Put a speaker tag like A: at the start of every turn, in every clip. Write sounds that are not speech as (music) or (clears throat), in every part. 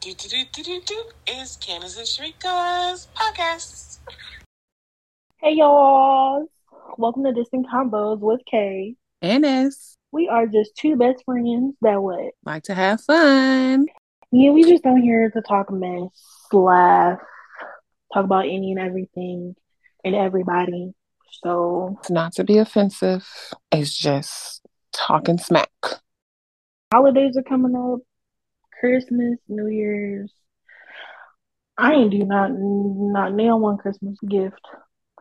A: Do do do do do do is Candace and Sharika's podcast.
B: Hey y'all! Welcome to Distant Combos with Kay.
C: and us
B: We are just two best friends that what?
C: like to have fun.
B: Yeah, we just don't here to talk mess, laugh, talk about any and everything and everybody. So
C: It's not to be offensive. It's just talking smack.
B: holidays are coming up, Christmas, New Year's. I ain't do not not nail one Christmas gift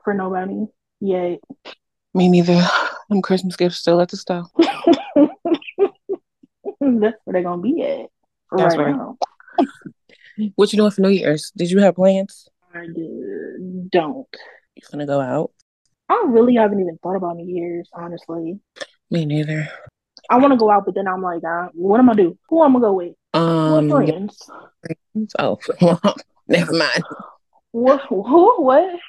B: for nobody yet. (laughs)
C: Me neither. (sighs) Them Christmas gifts still at the store.
B: That's where they're gonna be at for
C: That's
B: right
C: right.
B: now.
C: What you doing for New Year's? Did you have plans?
B: I do- don't.
C: You gonna go out?
B: I really haven't even thought about New Year's, honestly.
C: Me neither.
B: I want to go out, but then I'm like, uh, what am I do? Who am I go with?
C: Um.
B: what friends?
C: Oh, (laughs) never mind. I
B: What? (laughs) Who? What?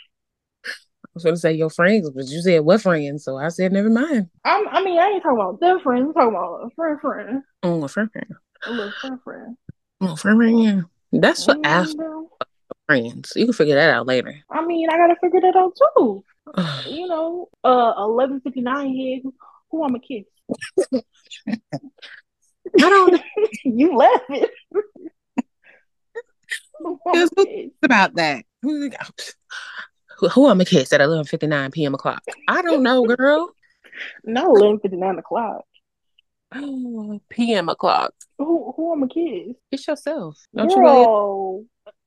C: was gonna say your friends, but you said what friends? So I said never mind.
B: I'm, I mean, I ain't talking about their friends. I'm talking about a friend, friend,
C: Oh, a friend, friend.
B: a little friend, friend.
C: Oh, friend, friend. Yeah. That's for
B: Mm,
C: after
B: bro.
C: friends. You can figure that out later. (sighs) Oh,
B: I mean, I gotta figure that out too. You know, uh, eleven fifty nine here. Who, who I'm a kiss?
C: I don't know
B: (laughs) you laughing? who I'm
C: Yes,
B: a
C: but-
B: kiss?
C: about that. Who, who- who I'm a kiss at 11:59 p.m. o'clock? I don't know, (gasps) girl.
B: Not eleven fifty nine o'clock.
C: Oh, p.m. o'clock.
B: Who? Who I'm a kiss?
C: It's yourself. Don't you really?
B: Girl,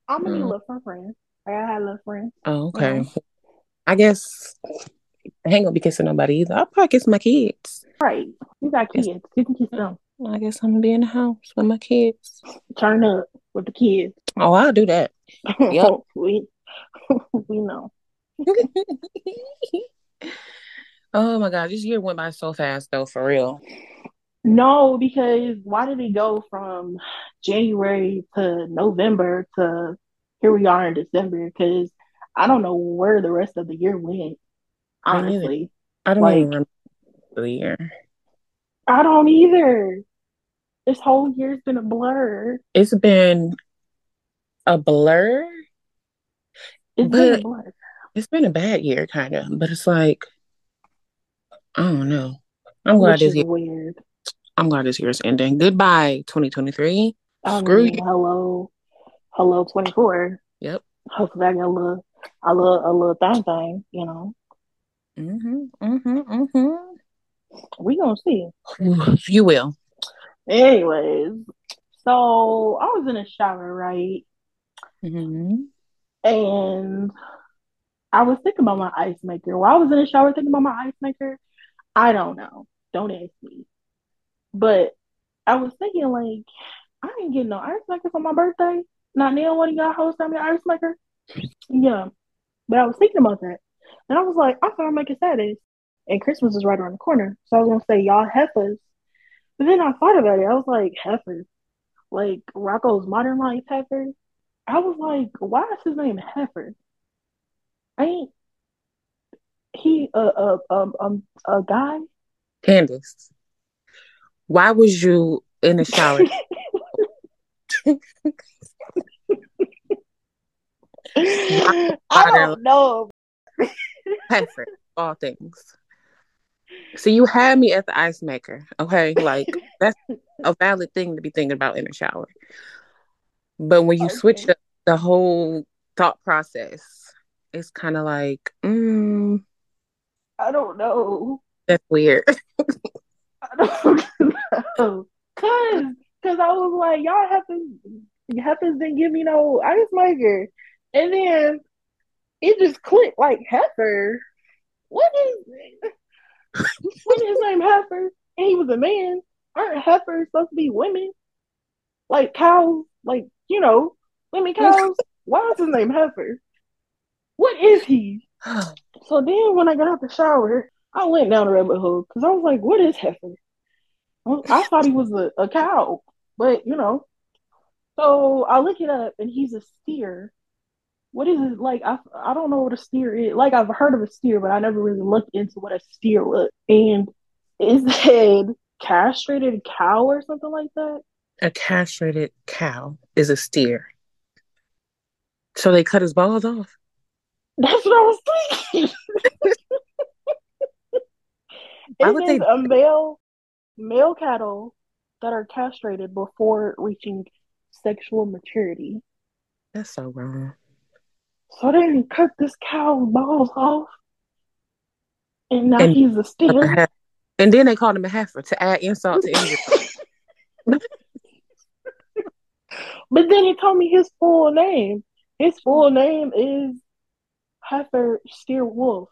B: I'm gonna need
C: Mm.
B: love for friends. I gotta have love friends.
C: Oh, okay. I guess I ain't gonna be kissing nobody either. I'll probably kiss my kids.
B: Right. You got
C: Yes.
B: kids. You can kiss them.
C: I guess I'm gonna be in the house with my kids.
B: Turn up with the kids. (laughs)
C: Oh, I'll do that. Yep.
B: we, (laughs) we know.
C: oh my god, this year went by so fast though, for real.
B: No, because why did it go from January to November to here we are in December? Because I don't know where the rest of the year went,
C: neither.
B: honestly.
C: I don't
B: Like-
C: even remember the year.
B: I don't either. This whole year's been a blur.
C: It's been a blur.
B: It's been a
C: But-
B: blur.
C: It's been a bad year, kind of, but it's like I don't know. I'm glad
B: which
C: this
B: is
C: year.
B: weird.
C: I'm glad this year's ending. Goodbye, 2023.
B: I
C: Screw
B: mean,
C: you.
B: hello, hello, twenty four.
C: Yep.
B: Hopefully, I get a little, a little, a little thing thing. You know,
C: Mm-hmm. Mm-hmm. Mm-hmm.
B: we gonna see.
C: You will.
B: Anyways, so I was in the shower, right,
C: Mm-hmm.
B: and I was thinking about my ice maker. While I was in the shower thinking about my ice maker, I don't know. Don't ask me. But I was thinking like, I ain't getting no ice maker for my birthday. Not now. One of y'all hosts got me an ice maker. Yeah. But I was thinking about that. And I was like, I thought I'd make it Saturday. And Christmas is right around the corner. So I was gonna say y'all heifers. But then I thought about it. I was like, heifer. Like Rocco's modern life heifer. I was like, why is his name heifer? Ain't he a a um um a guy?
C: Candace, why was you in
B: (laughs)
C: the shower?
B: I don't know.
C: Heifer, all things. So you had me at the ice maker, okay? Like that's a valid thing to be thinking about in the shower. But when you switch
B: Okay.
C: up the whole thought process, it's kind of like, mm,
B: I don't know.
C: that's weird. (gasps)
B: I don't know. (laughs) Cause, cause I was like, y'all heifers, heifers didn't give me no ice maker, and then it just clicked like heifer. What is (laughs) what is his name heifer? And he was a man. Aren't heifers supposed to be women? Like cows, like you know, women cows. Why is his name heifer? What is he? So then when I got out the shower, I went down the rabbit hole because I was like, what is heifer? I I thought he was a, a cow, but you know. So I look it up and he's a steer. What is it like? I, I don't know what a steer is. Like I've heard of a steer, but I never really looked into what a steer (laughs) was. And it said castrated cow or something like that.
C: a castrated cow is a steer. So they cut his balls off.
B: That's what I was thinking.
C: (laughs) Why
B: It
C: would they
B: is a male male cattle that are castrated before reaching sexual maturity.
C: That's so wrong.
B: So they didn't cut this cow's balls off, and now
C: And-
B: he's a steer.
C: And then they called him a heifer to add insult to injury. Oh
B: But then he told me his full name. His full name is Heifer Steer Wolf.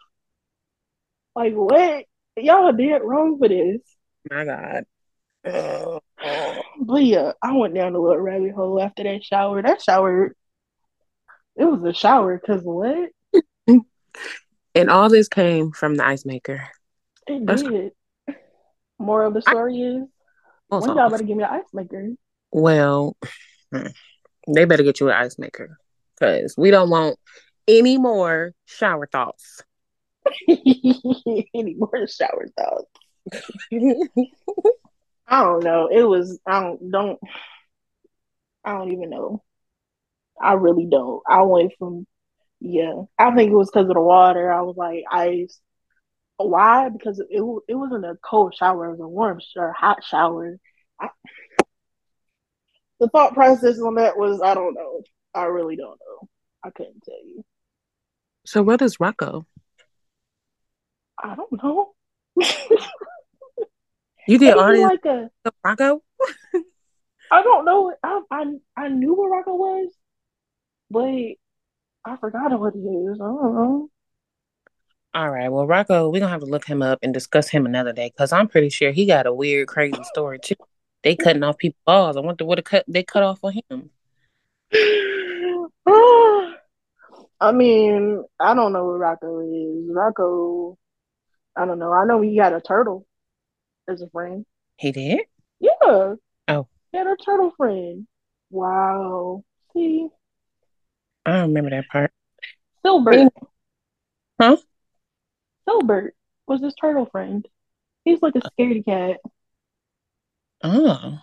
B: Like what? Y'all did wrong for this.
C: My God.
B: But yeah, I went down a little rabbit hole after that shower. That shower, it was a shower because what?
C: And all this came from the ice maker.
B: It
C: That's-
B: did. Moral of the story is when
C: Also,
B: y'all better give me an ice maker. (laughs)
C: well, hmm, they better get you an ice maker because we don't want any more shower
B: (laughs)
C: thoughts.
B: Any more shower thoughts. I don't know. It was I don't don't I don't even know. I really don't. I went from yeah. I think it was because of the water. I was like ice. Why? Because it wa- it wasn't a cold shower. It was a warm shower, hot shower. I, the thought process on that was I don't know. I really don't know. I couldn't tell you.
C: so where does Rocco?
B: I don't know. (laughs)
C: You did
B: It was
C: already
B: like a
C: know Rocco?
B: I don't know. I I I knew what Rocco was, but I forgot what he is. I don't know.
C: All right. Well, Rocco, we're gonna have to look him up and discuss him another day because I'm pretty sure he got a weird, crazy story too. They cutting off people's balls. I wonder what a cut they cut off on him.
B: (sighs) I mean, I don't know what Rocco is. Rocco, I don't know. I know he got a turtle as a friend.
C: He did.
B: Yeah.
C: Oh.
B: He had a turtle friend. Wow. See,
C: I don't remember that part.
B: Silbert.
C: Huh?
B: Silbert was his turtle friend. He's like a scaredy cat.
C: Oh,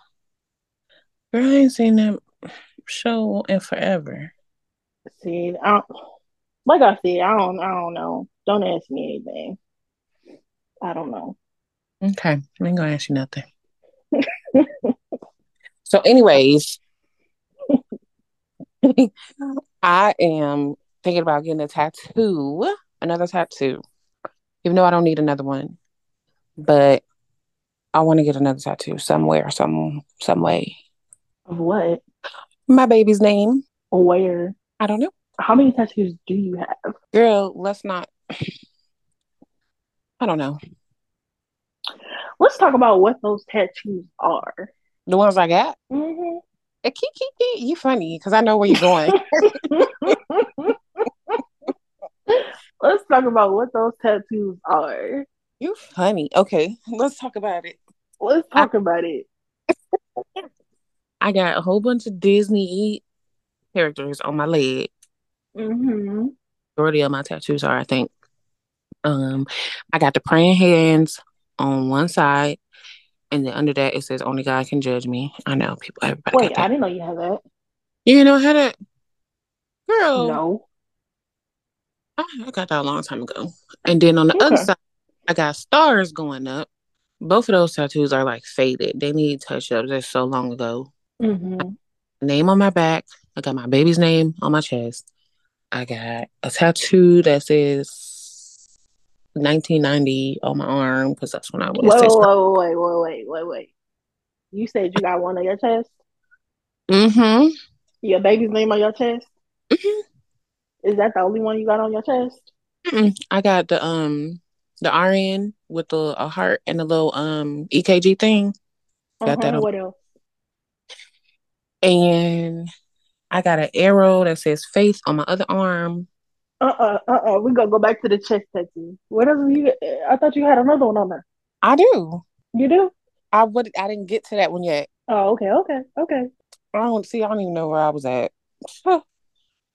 C: girl, I ain't seen that show in forever.
B: See, I, like I said, I don't, I don't know. Don't ask me anything. I don't know.
C: Okay, I ain't gonna ask you nothing. (laughs) so, anyways, (laughs) I am thinking about getting a tattoo, another tattoo, even though I don't need another one, but I want to get another tattoo somewhere, some some way.
B: Of what?
C: My baby's name,
B: Where?
C: I don't know.
B: How many tattoos do you have?
C: Girl, let's not. (sighs) I don't know
B: Let's talk about what those tattoos are.
C: the ones I got.
B: hmm
C: Eh, kee, kee, kee. You funny because I know where you're going.
B: Let's talk about what those tattoos are.
C: you funny. Okay, let's talk about it.
B: Let's talk about it.
C: I got a whole bunch of Disney characters on my leg.
B: hmm
C: Majority of my tattoos are, I think. Um, I got the praying hands on one side, and then under that it says "Only God can judge me." I know people. Everybody
B: Wait,
C: got
B: I
C: that.
B: didn't know you had that.
C: You know how that girl?
B: No.
C: I, I got that a long time ago. And then on the other
B: Okay.
C: side, I got stars going up. Both of those tattoos are like faded. They need touch ups. They're so long ago.
B: hmm
C: name on my back. I got my baby's name on my chest. I got a tattoo that says 1990 on my arm because that's when I was.
B: Whoa, whoa, wait, whoa, wait, wait, wait. You said you got one on your chest?
C: Mm-hmm.
B: Your baby's name on your chest? Is that the only one you got on your chest?
C: I got the um the RN with the a heart and the little um EKG thing, Got that
B: Uh-huh,
C: on-
B: What else?
C: and I got an arrow that says faith on my other arm.
B: Uh-uh, uh-uh. We gonna go back to the chest tattoo. What else you? I thought you had another one on there.
C: I do.
B: You do?
C: I would. I didn't get to that one yet.
B: Oh, okay, okay, okay.
C: I don't see. I don't even know where I was at. (sighs) That's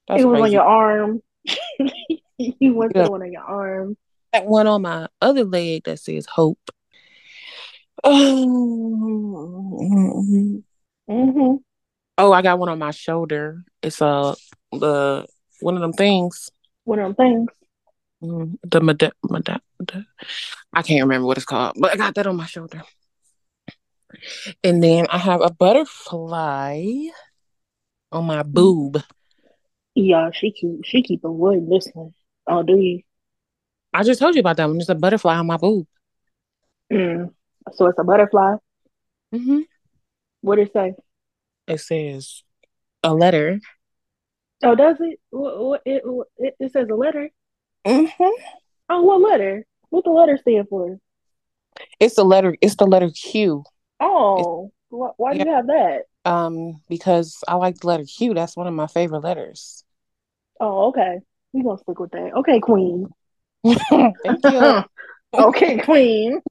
B: It was on
C: crazy.
B: your arm. (laughs) You went to
C: Yeah.
B: the one on your arm.
C: that one on my other leg that says hope. Um,
B: Mm-hmm.
C: Oh, I got one on my shoulder. It's uh the one of them things.
B: One of them things.
C: Mm, The meda- meda- the- I can't remember what it's called, but I got that on my shoulder. And then I have a butterfly on my boob.
B: Yeah, she keep she keep avoiding this one. Oh, do you?
C: I just told you about that one. There's a butterfly on my boob.
B: Mm. So it's a butterfly.
C: Mm-hmm.
B: What it say?
C: It says a letter.
B: Oh, does it? What, what, it, what, it? It says a letter.
C: Mm-hmm.
B: Oh, what letter? What the letter stand for?
C: It's the letter. It's the letter Q.
B: Oh, why, why do you have that?
C: Um, because I like the letter Q. That's one of my favorite letters.
B: Oh, okay. We gonna stick with that. Okay, queen.
C: Thank you.
B: (laughs) okay, queen.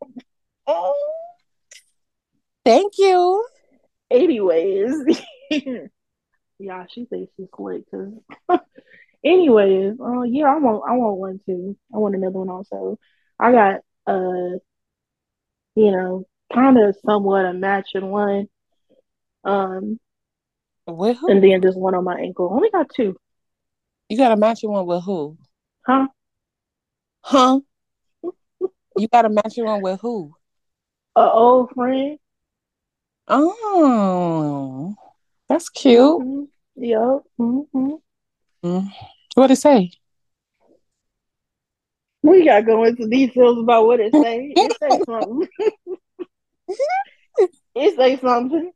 C: Thank you.
B: Anyways, (laughs) yeah, she thinks she's slick. Cause, (laughs) anyways, uh, yeah, I want, I want one too. I want another one also. I got uh, you know, kind of somewhat a matching one. Um,
C: With who?
B: and then just one on my ankle. Only got two,
C: You got a matching one with who?
B: huh?
C: Huh? You got a matching one with who?
B: A old friend.
C: Oh, that's cute.
B: Mm-hmm. Yep. Mm-hmm.
C: What it say?
B: We gotta go into details about what it say. It say something. (laughs) it say something.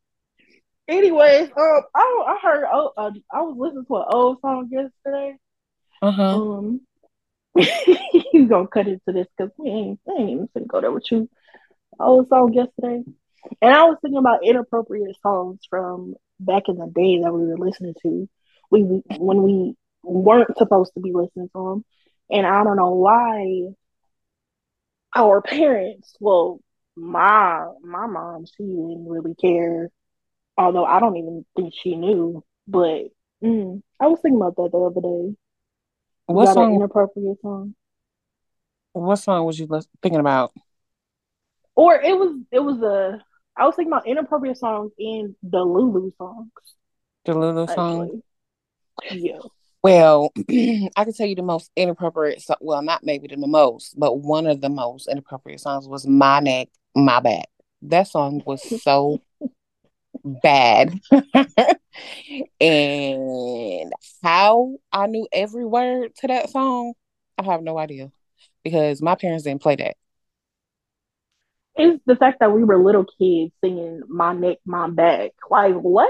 B: Anyways, um, I I heard oh, uh, I was listening to an old song yesterday.
C: Uh huh.
B: Um, (laughs) you gonna cut into this because we ain't we ain't even gonna go there with you. Old song yesterday, and I was thinking about inappropriate songs from back in the day that we were listening to. We when we weren't supposed to be listening to them, and I don't know why our parents. Well, my my mom, she didn't really care. Although I don't even think she knew, but mm, I was thinking about that the other day.
C: What
B: Got an
C: song?
B: inappropriate song.
C: What song was you lis- thinking about?
B: Or it was it was a I was thinking about inappropriate songs and the Lulu songs
C: The Lulu song.
B: actually. Yeah.
C: Well, (clears throat) I can tell you the most inappropriate. So- well, not maybe the most, but one of the most inappropriate songs was "My Neck, My Back." That song was so bad, (laughs) and how I knew every word to that song, I have no idea, because my parents didn't play that.
B: It's the fact that we were little kids singing "My Neck, My Back." Like what?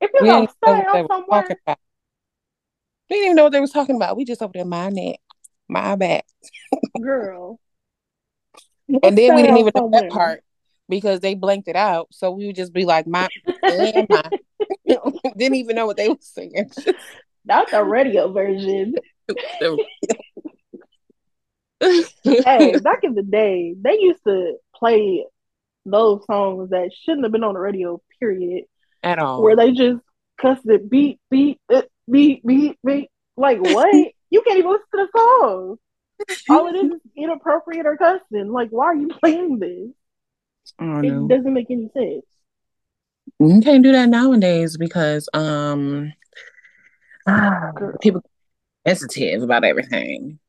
B: If you're
C: We
B: gonna
C: didn't know
B: stay
C: what they
B: on
C: were talking
B: somewhere,
C: about. We didn't even know what they was talking about. We just over there, my neck, my back.
B: girl,
C: And
B: let's
C: then
B: stay
C: we didn't
B: on
C: even know that
B: somewhere.
C: part because they blanked it out. So we would just be like, my and my. (laughs) didn't even know what they were singing.
B: Not the radio version. Hey,
C: Just-
B: back in the day, they used to play those songs that shouldn't have been on the radio. Period.
C: (laughs) At all.
B: where they just cuss it beep beep uh, beep beep beep.
C: (laughs)
B: Like what? You can't even listen to the song. All it is is inappropriate or cussing. Like why are you playing this?
C: I don't
B: It
C: know.
B: doesn't make any sense.
C: You can't do that nowadays because um
B: Girl,
C: people sensitive about everything.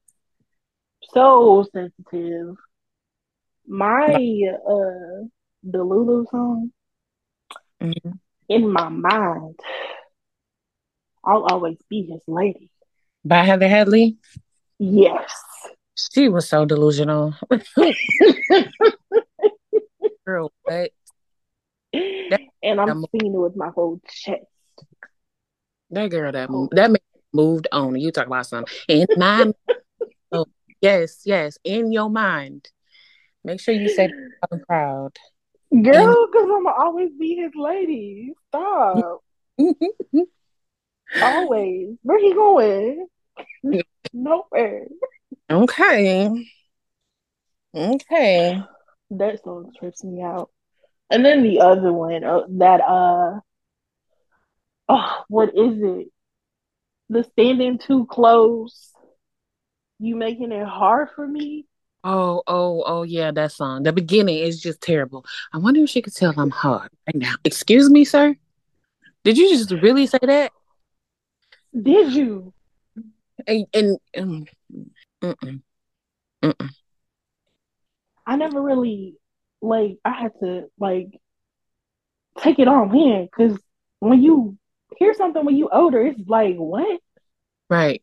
B: so sensitive. My uh the Lulu song
C: Mhm.
B: in my mind. I'll always be his lady.
C: By Heather Headley,
B: Yes. (laughs)
C: she was so delusional. Girl, what? That,
B: and I'm
C: that mo-
B: singing it with my whole chest.
C: that girl that
B: Oh,
C: that man moved on. You talk about something in my oh, yes, yes, in your mind. Make sure you say that I'm proud. In
B: Girl, because I'm always be his lady. (laughs) Stop. Always. Where he (laughs) going? Nowhere.
C: (laughs) okay, okay.
B: That song trips me out. And then the other one, uh, that, uh, oh, what is it? The standing too close. You making it hard for me?
C: Oh, oh, oh, yeah, that song. The beginning is just terrible. I wonder if she could tell I'm hard right now. Excuse me, sir? Did you just really say that?
B: Did you?
C: And, and mm, mm-mm, mm-mm.
B: I never really like. I had to like take it on in because when you hear something when you older, it's like what?
C: right.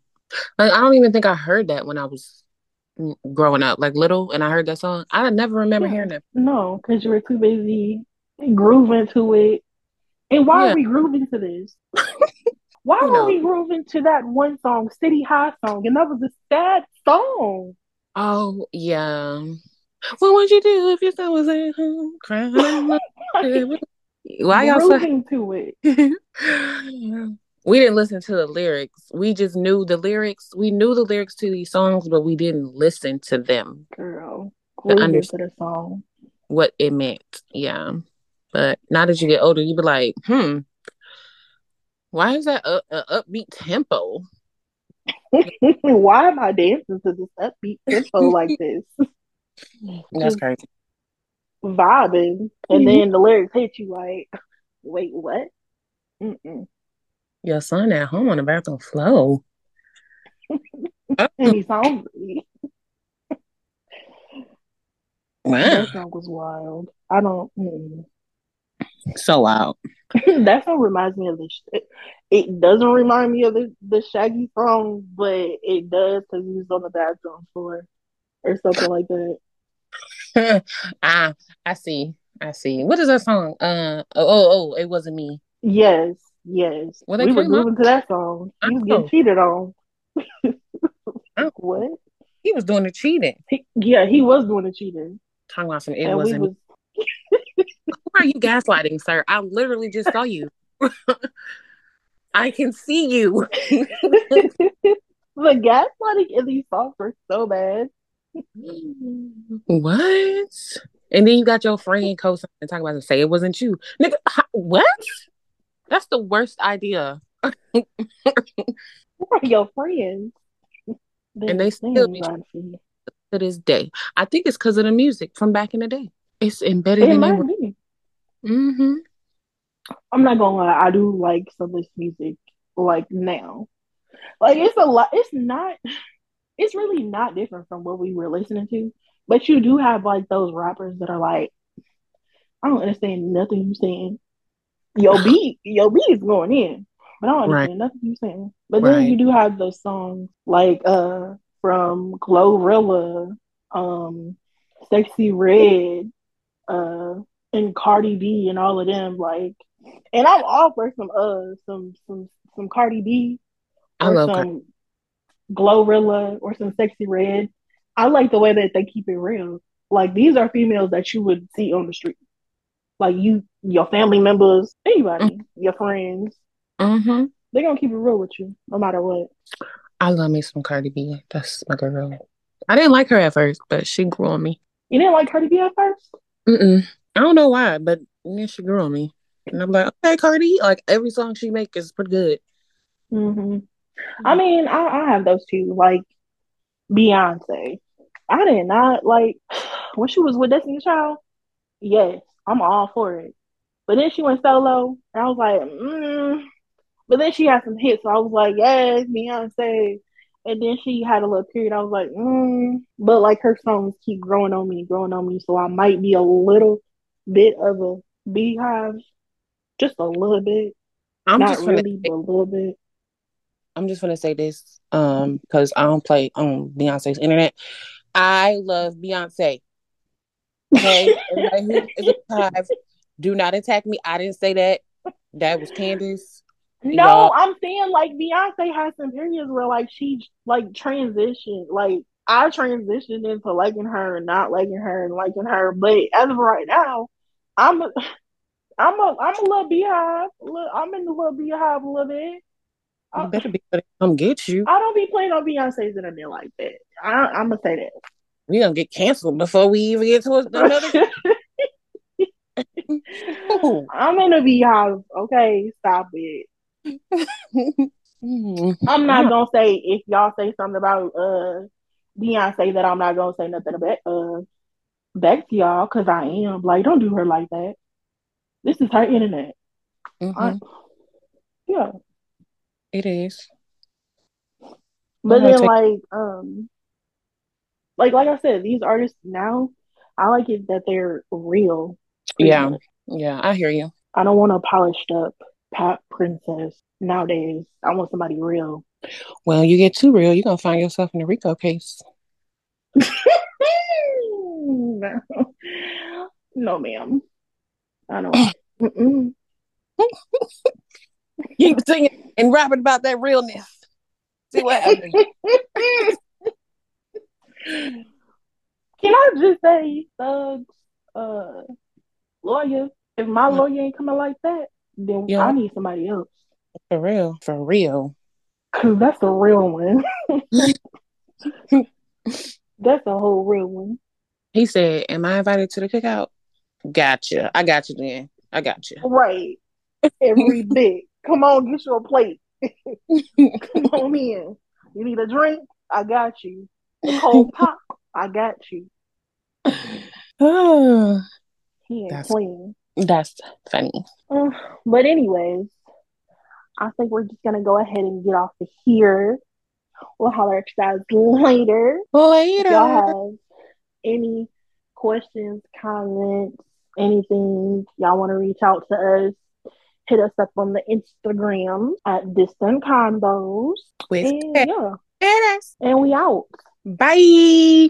C: Like, I don't even think I heard that when I was mm, growing up, like little, and I heard that song. I never remember
B: Yeah.
C: hearing that.
B: No, because you were too busy grooving to it. And why
C: Yeah.
B: are we grooving to this? (laughs) why
C: You
B: were
C: know.
B: we grooving to that one song, City High song, and that was a sad song. (laughs)
C: Oh, yeah. What would you do if your son was at home crying? alone? Why y'all so
B: grooving to it.
C: (laughs) we didn't listen to the lyrics. We just knew the lyrics. We knew the lyrics to these songs, but we didn't listen to them,
B: Girl, grooving to
C: understand.
B: the song. (laughs)
C: what it meant. Yeah. But now that you get older, you be like, hmm, why is that a, a upbeat tempo?
B: why am I dancing to this upbeat tempo like this?
C: That's crazy.
B: Vibing. And then the lyrics hit you like, wait, what? Mm-mm.
C: Your son at home on the bathroom flow.
B: (laughs)
C: Oh,
B: And he's hungry.
C: Wow.
B: That song was wild. I don't. mm. (laughs)
C: So wild. (laughs)
B: that song reminds me of the. sh- It doesn't remind me of the, the Shaggy song, but it does because he was on the bathroom floor or something like that.
C: ah, I see. I see. What is that song? Uh oh, oh, oh, it wasn't me.
B: Yes, yes.
C: Well, they
B: we were
C: came out-
B: grooving to that song.
C: I
B: He was
C: know.
B: getting cheated on.
C: Oh.
B: (laughs) What?
C: He was doing the cheating.
B: He, yeah, he was doing the cheating,
C: Talking about some it
B: and we
C: wasn't me.
B: was
C: Why are you gaslighting, sir? I literally just saw you. (laughs) I can see you.
B: the (laughs) gaslighting in these songs were so bad.
C: What? And then you got your friend co and talk about it. Say it wasn't you, nigga. how- What? That's the worst idea.
B: Who are your friends?
C: And they still
B: ain't
C: be-
B: lying for you.
C: To this day, I think it's because of the music from back in the day. It's embedded
B: It
C: in
B: might
C: their.
B: be.
C: Mm-hmm.
B: I'm not gonna lie, I do like some of this music like now. Like it's a lot it's not it's really not different from what we were listening to. But you do have like those rappers that are like, I don't understand nothing you saying.
C: (sighs)
B: Your beat your beat is going in, but I don't
C: Right.
B: understand nothing you saying. But then
C: Right.
B: you do have those songs like uh from Glorilla, um, Sexy Red, uh and Cardi B and all of them like and I'm all for some uh some some some Cardi B
C: I
B: or
C: love Cardi.
B: some Glorilla or some Sexy Red. I like the way that they keep it real. Like these are females that you would see on the street. Like you your family members, anybody, your friends.
C: Mm-hmm.
B: They're gonna keep it real with you no matter what.
C: I love me some Cardi B. That's my girl. I didn't like her at first, but she grew on me.
B: You didn't like Cardi B at first?
C: Mm-mm. I don't know why, but then she grew on me, and I'm like, okay, Cardi. Like every song she make is pretty good.
B: hmm I mean, I, I have those two, like Beyonce. I did not like (sighs) when she was with Destiny Child. Yes, I'm all for it. But then she went solo, and I was like, mm. but then she had some hits, so I was like, yes, Beyonce. And then she had a little period. I was like, mm. but like her songs keep growing on me, growing on me. So I might be a little bit of a beehive, just a little bit,
C: I'm
B: not
C: just gonna
B: really, but a little bit.
C: I'm just gonna say this, um, because I don't play on Beyonce's internet. I love Beyonce. Okay, everybody who is a five, do not attack me. I didn't say that. That was Candace.
B: No,
C: Y'all-
B: I'm saying like Beyonce has some periods where like she like transitioned, like I transitioned into liking her and not liking her and liking her. But as of right now, I'm a, I'm a, I'm a little beehive. Look, I'm in the little beehive a little bit.
C: You
B: I,
C: better be gonna come get you.
B: I don't be playing on Beyonce's internet like that. I, I'm gonna say
C: We gonna get canceled before we even get to another.
B: (laughs) that.
C: Ooh.
B: I'm in a beehive. Okay, stop it.
C: Mm.
B: I'm not
C: Yeah. Mm-hmm.
B: gonna say if y'all say something about uh Beyonce that I'm not gonna say nothing about uh back to y'all because I am like, don't do her like that. This is her internet.
C: Mhm.
B: I-
C: Mm-hmm.
B: yeah,
C: It is.
B: but
C: gonna
B: then
C: take-
B: like um, like like I said, these artists now, I like it that they're real. pretty
C: Yeah.
B: much.
C: Yeah, I hear you.
B: I don't want a polished up pop princess nowadays. I want somebody real.
C: Well, you get too real, you're gonna find yourself in a Rico case. (laughs)
B: no, (laughs) no, ma'am. I don't. Mm-mm. (laughs)
C: Keep singing and rapping about that realness. See what happens.
B: Can I just say, thugs, uh, lawyer? If my
C: Yeah.
B: lawyer ain't coming like that, then
C: Yeah.
B: I need somebody else.
C: For real. For real.
B: Cause that's a real
C: (laughs)
B: one. (laughs) that's a whole real one.
C: He said, Am I invited to the cookout? Gotcha. I got you then. I got you.
B: Right. Every bit. Come on, get you a plate. (laughs) Come on in. You need a drink? I got you. A cold pop? I got you.
C: Oh,
B: He ain't
C: That's-
B: playing.
C: (sighs) that's funny.
B: Uh, but anyways, I think we're just gonna go ahead and get off of here. We'll holler at you guys (laughs) later. If
C: Later.
B: y'all have any questions, comments, anything y'all want to reach out to us, hit us up on the Instagram at Distant Combos.
C: With
B: And yeah,
C: Pettis.
B: and we out.
C: Bye.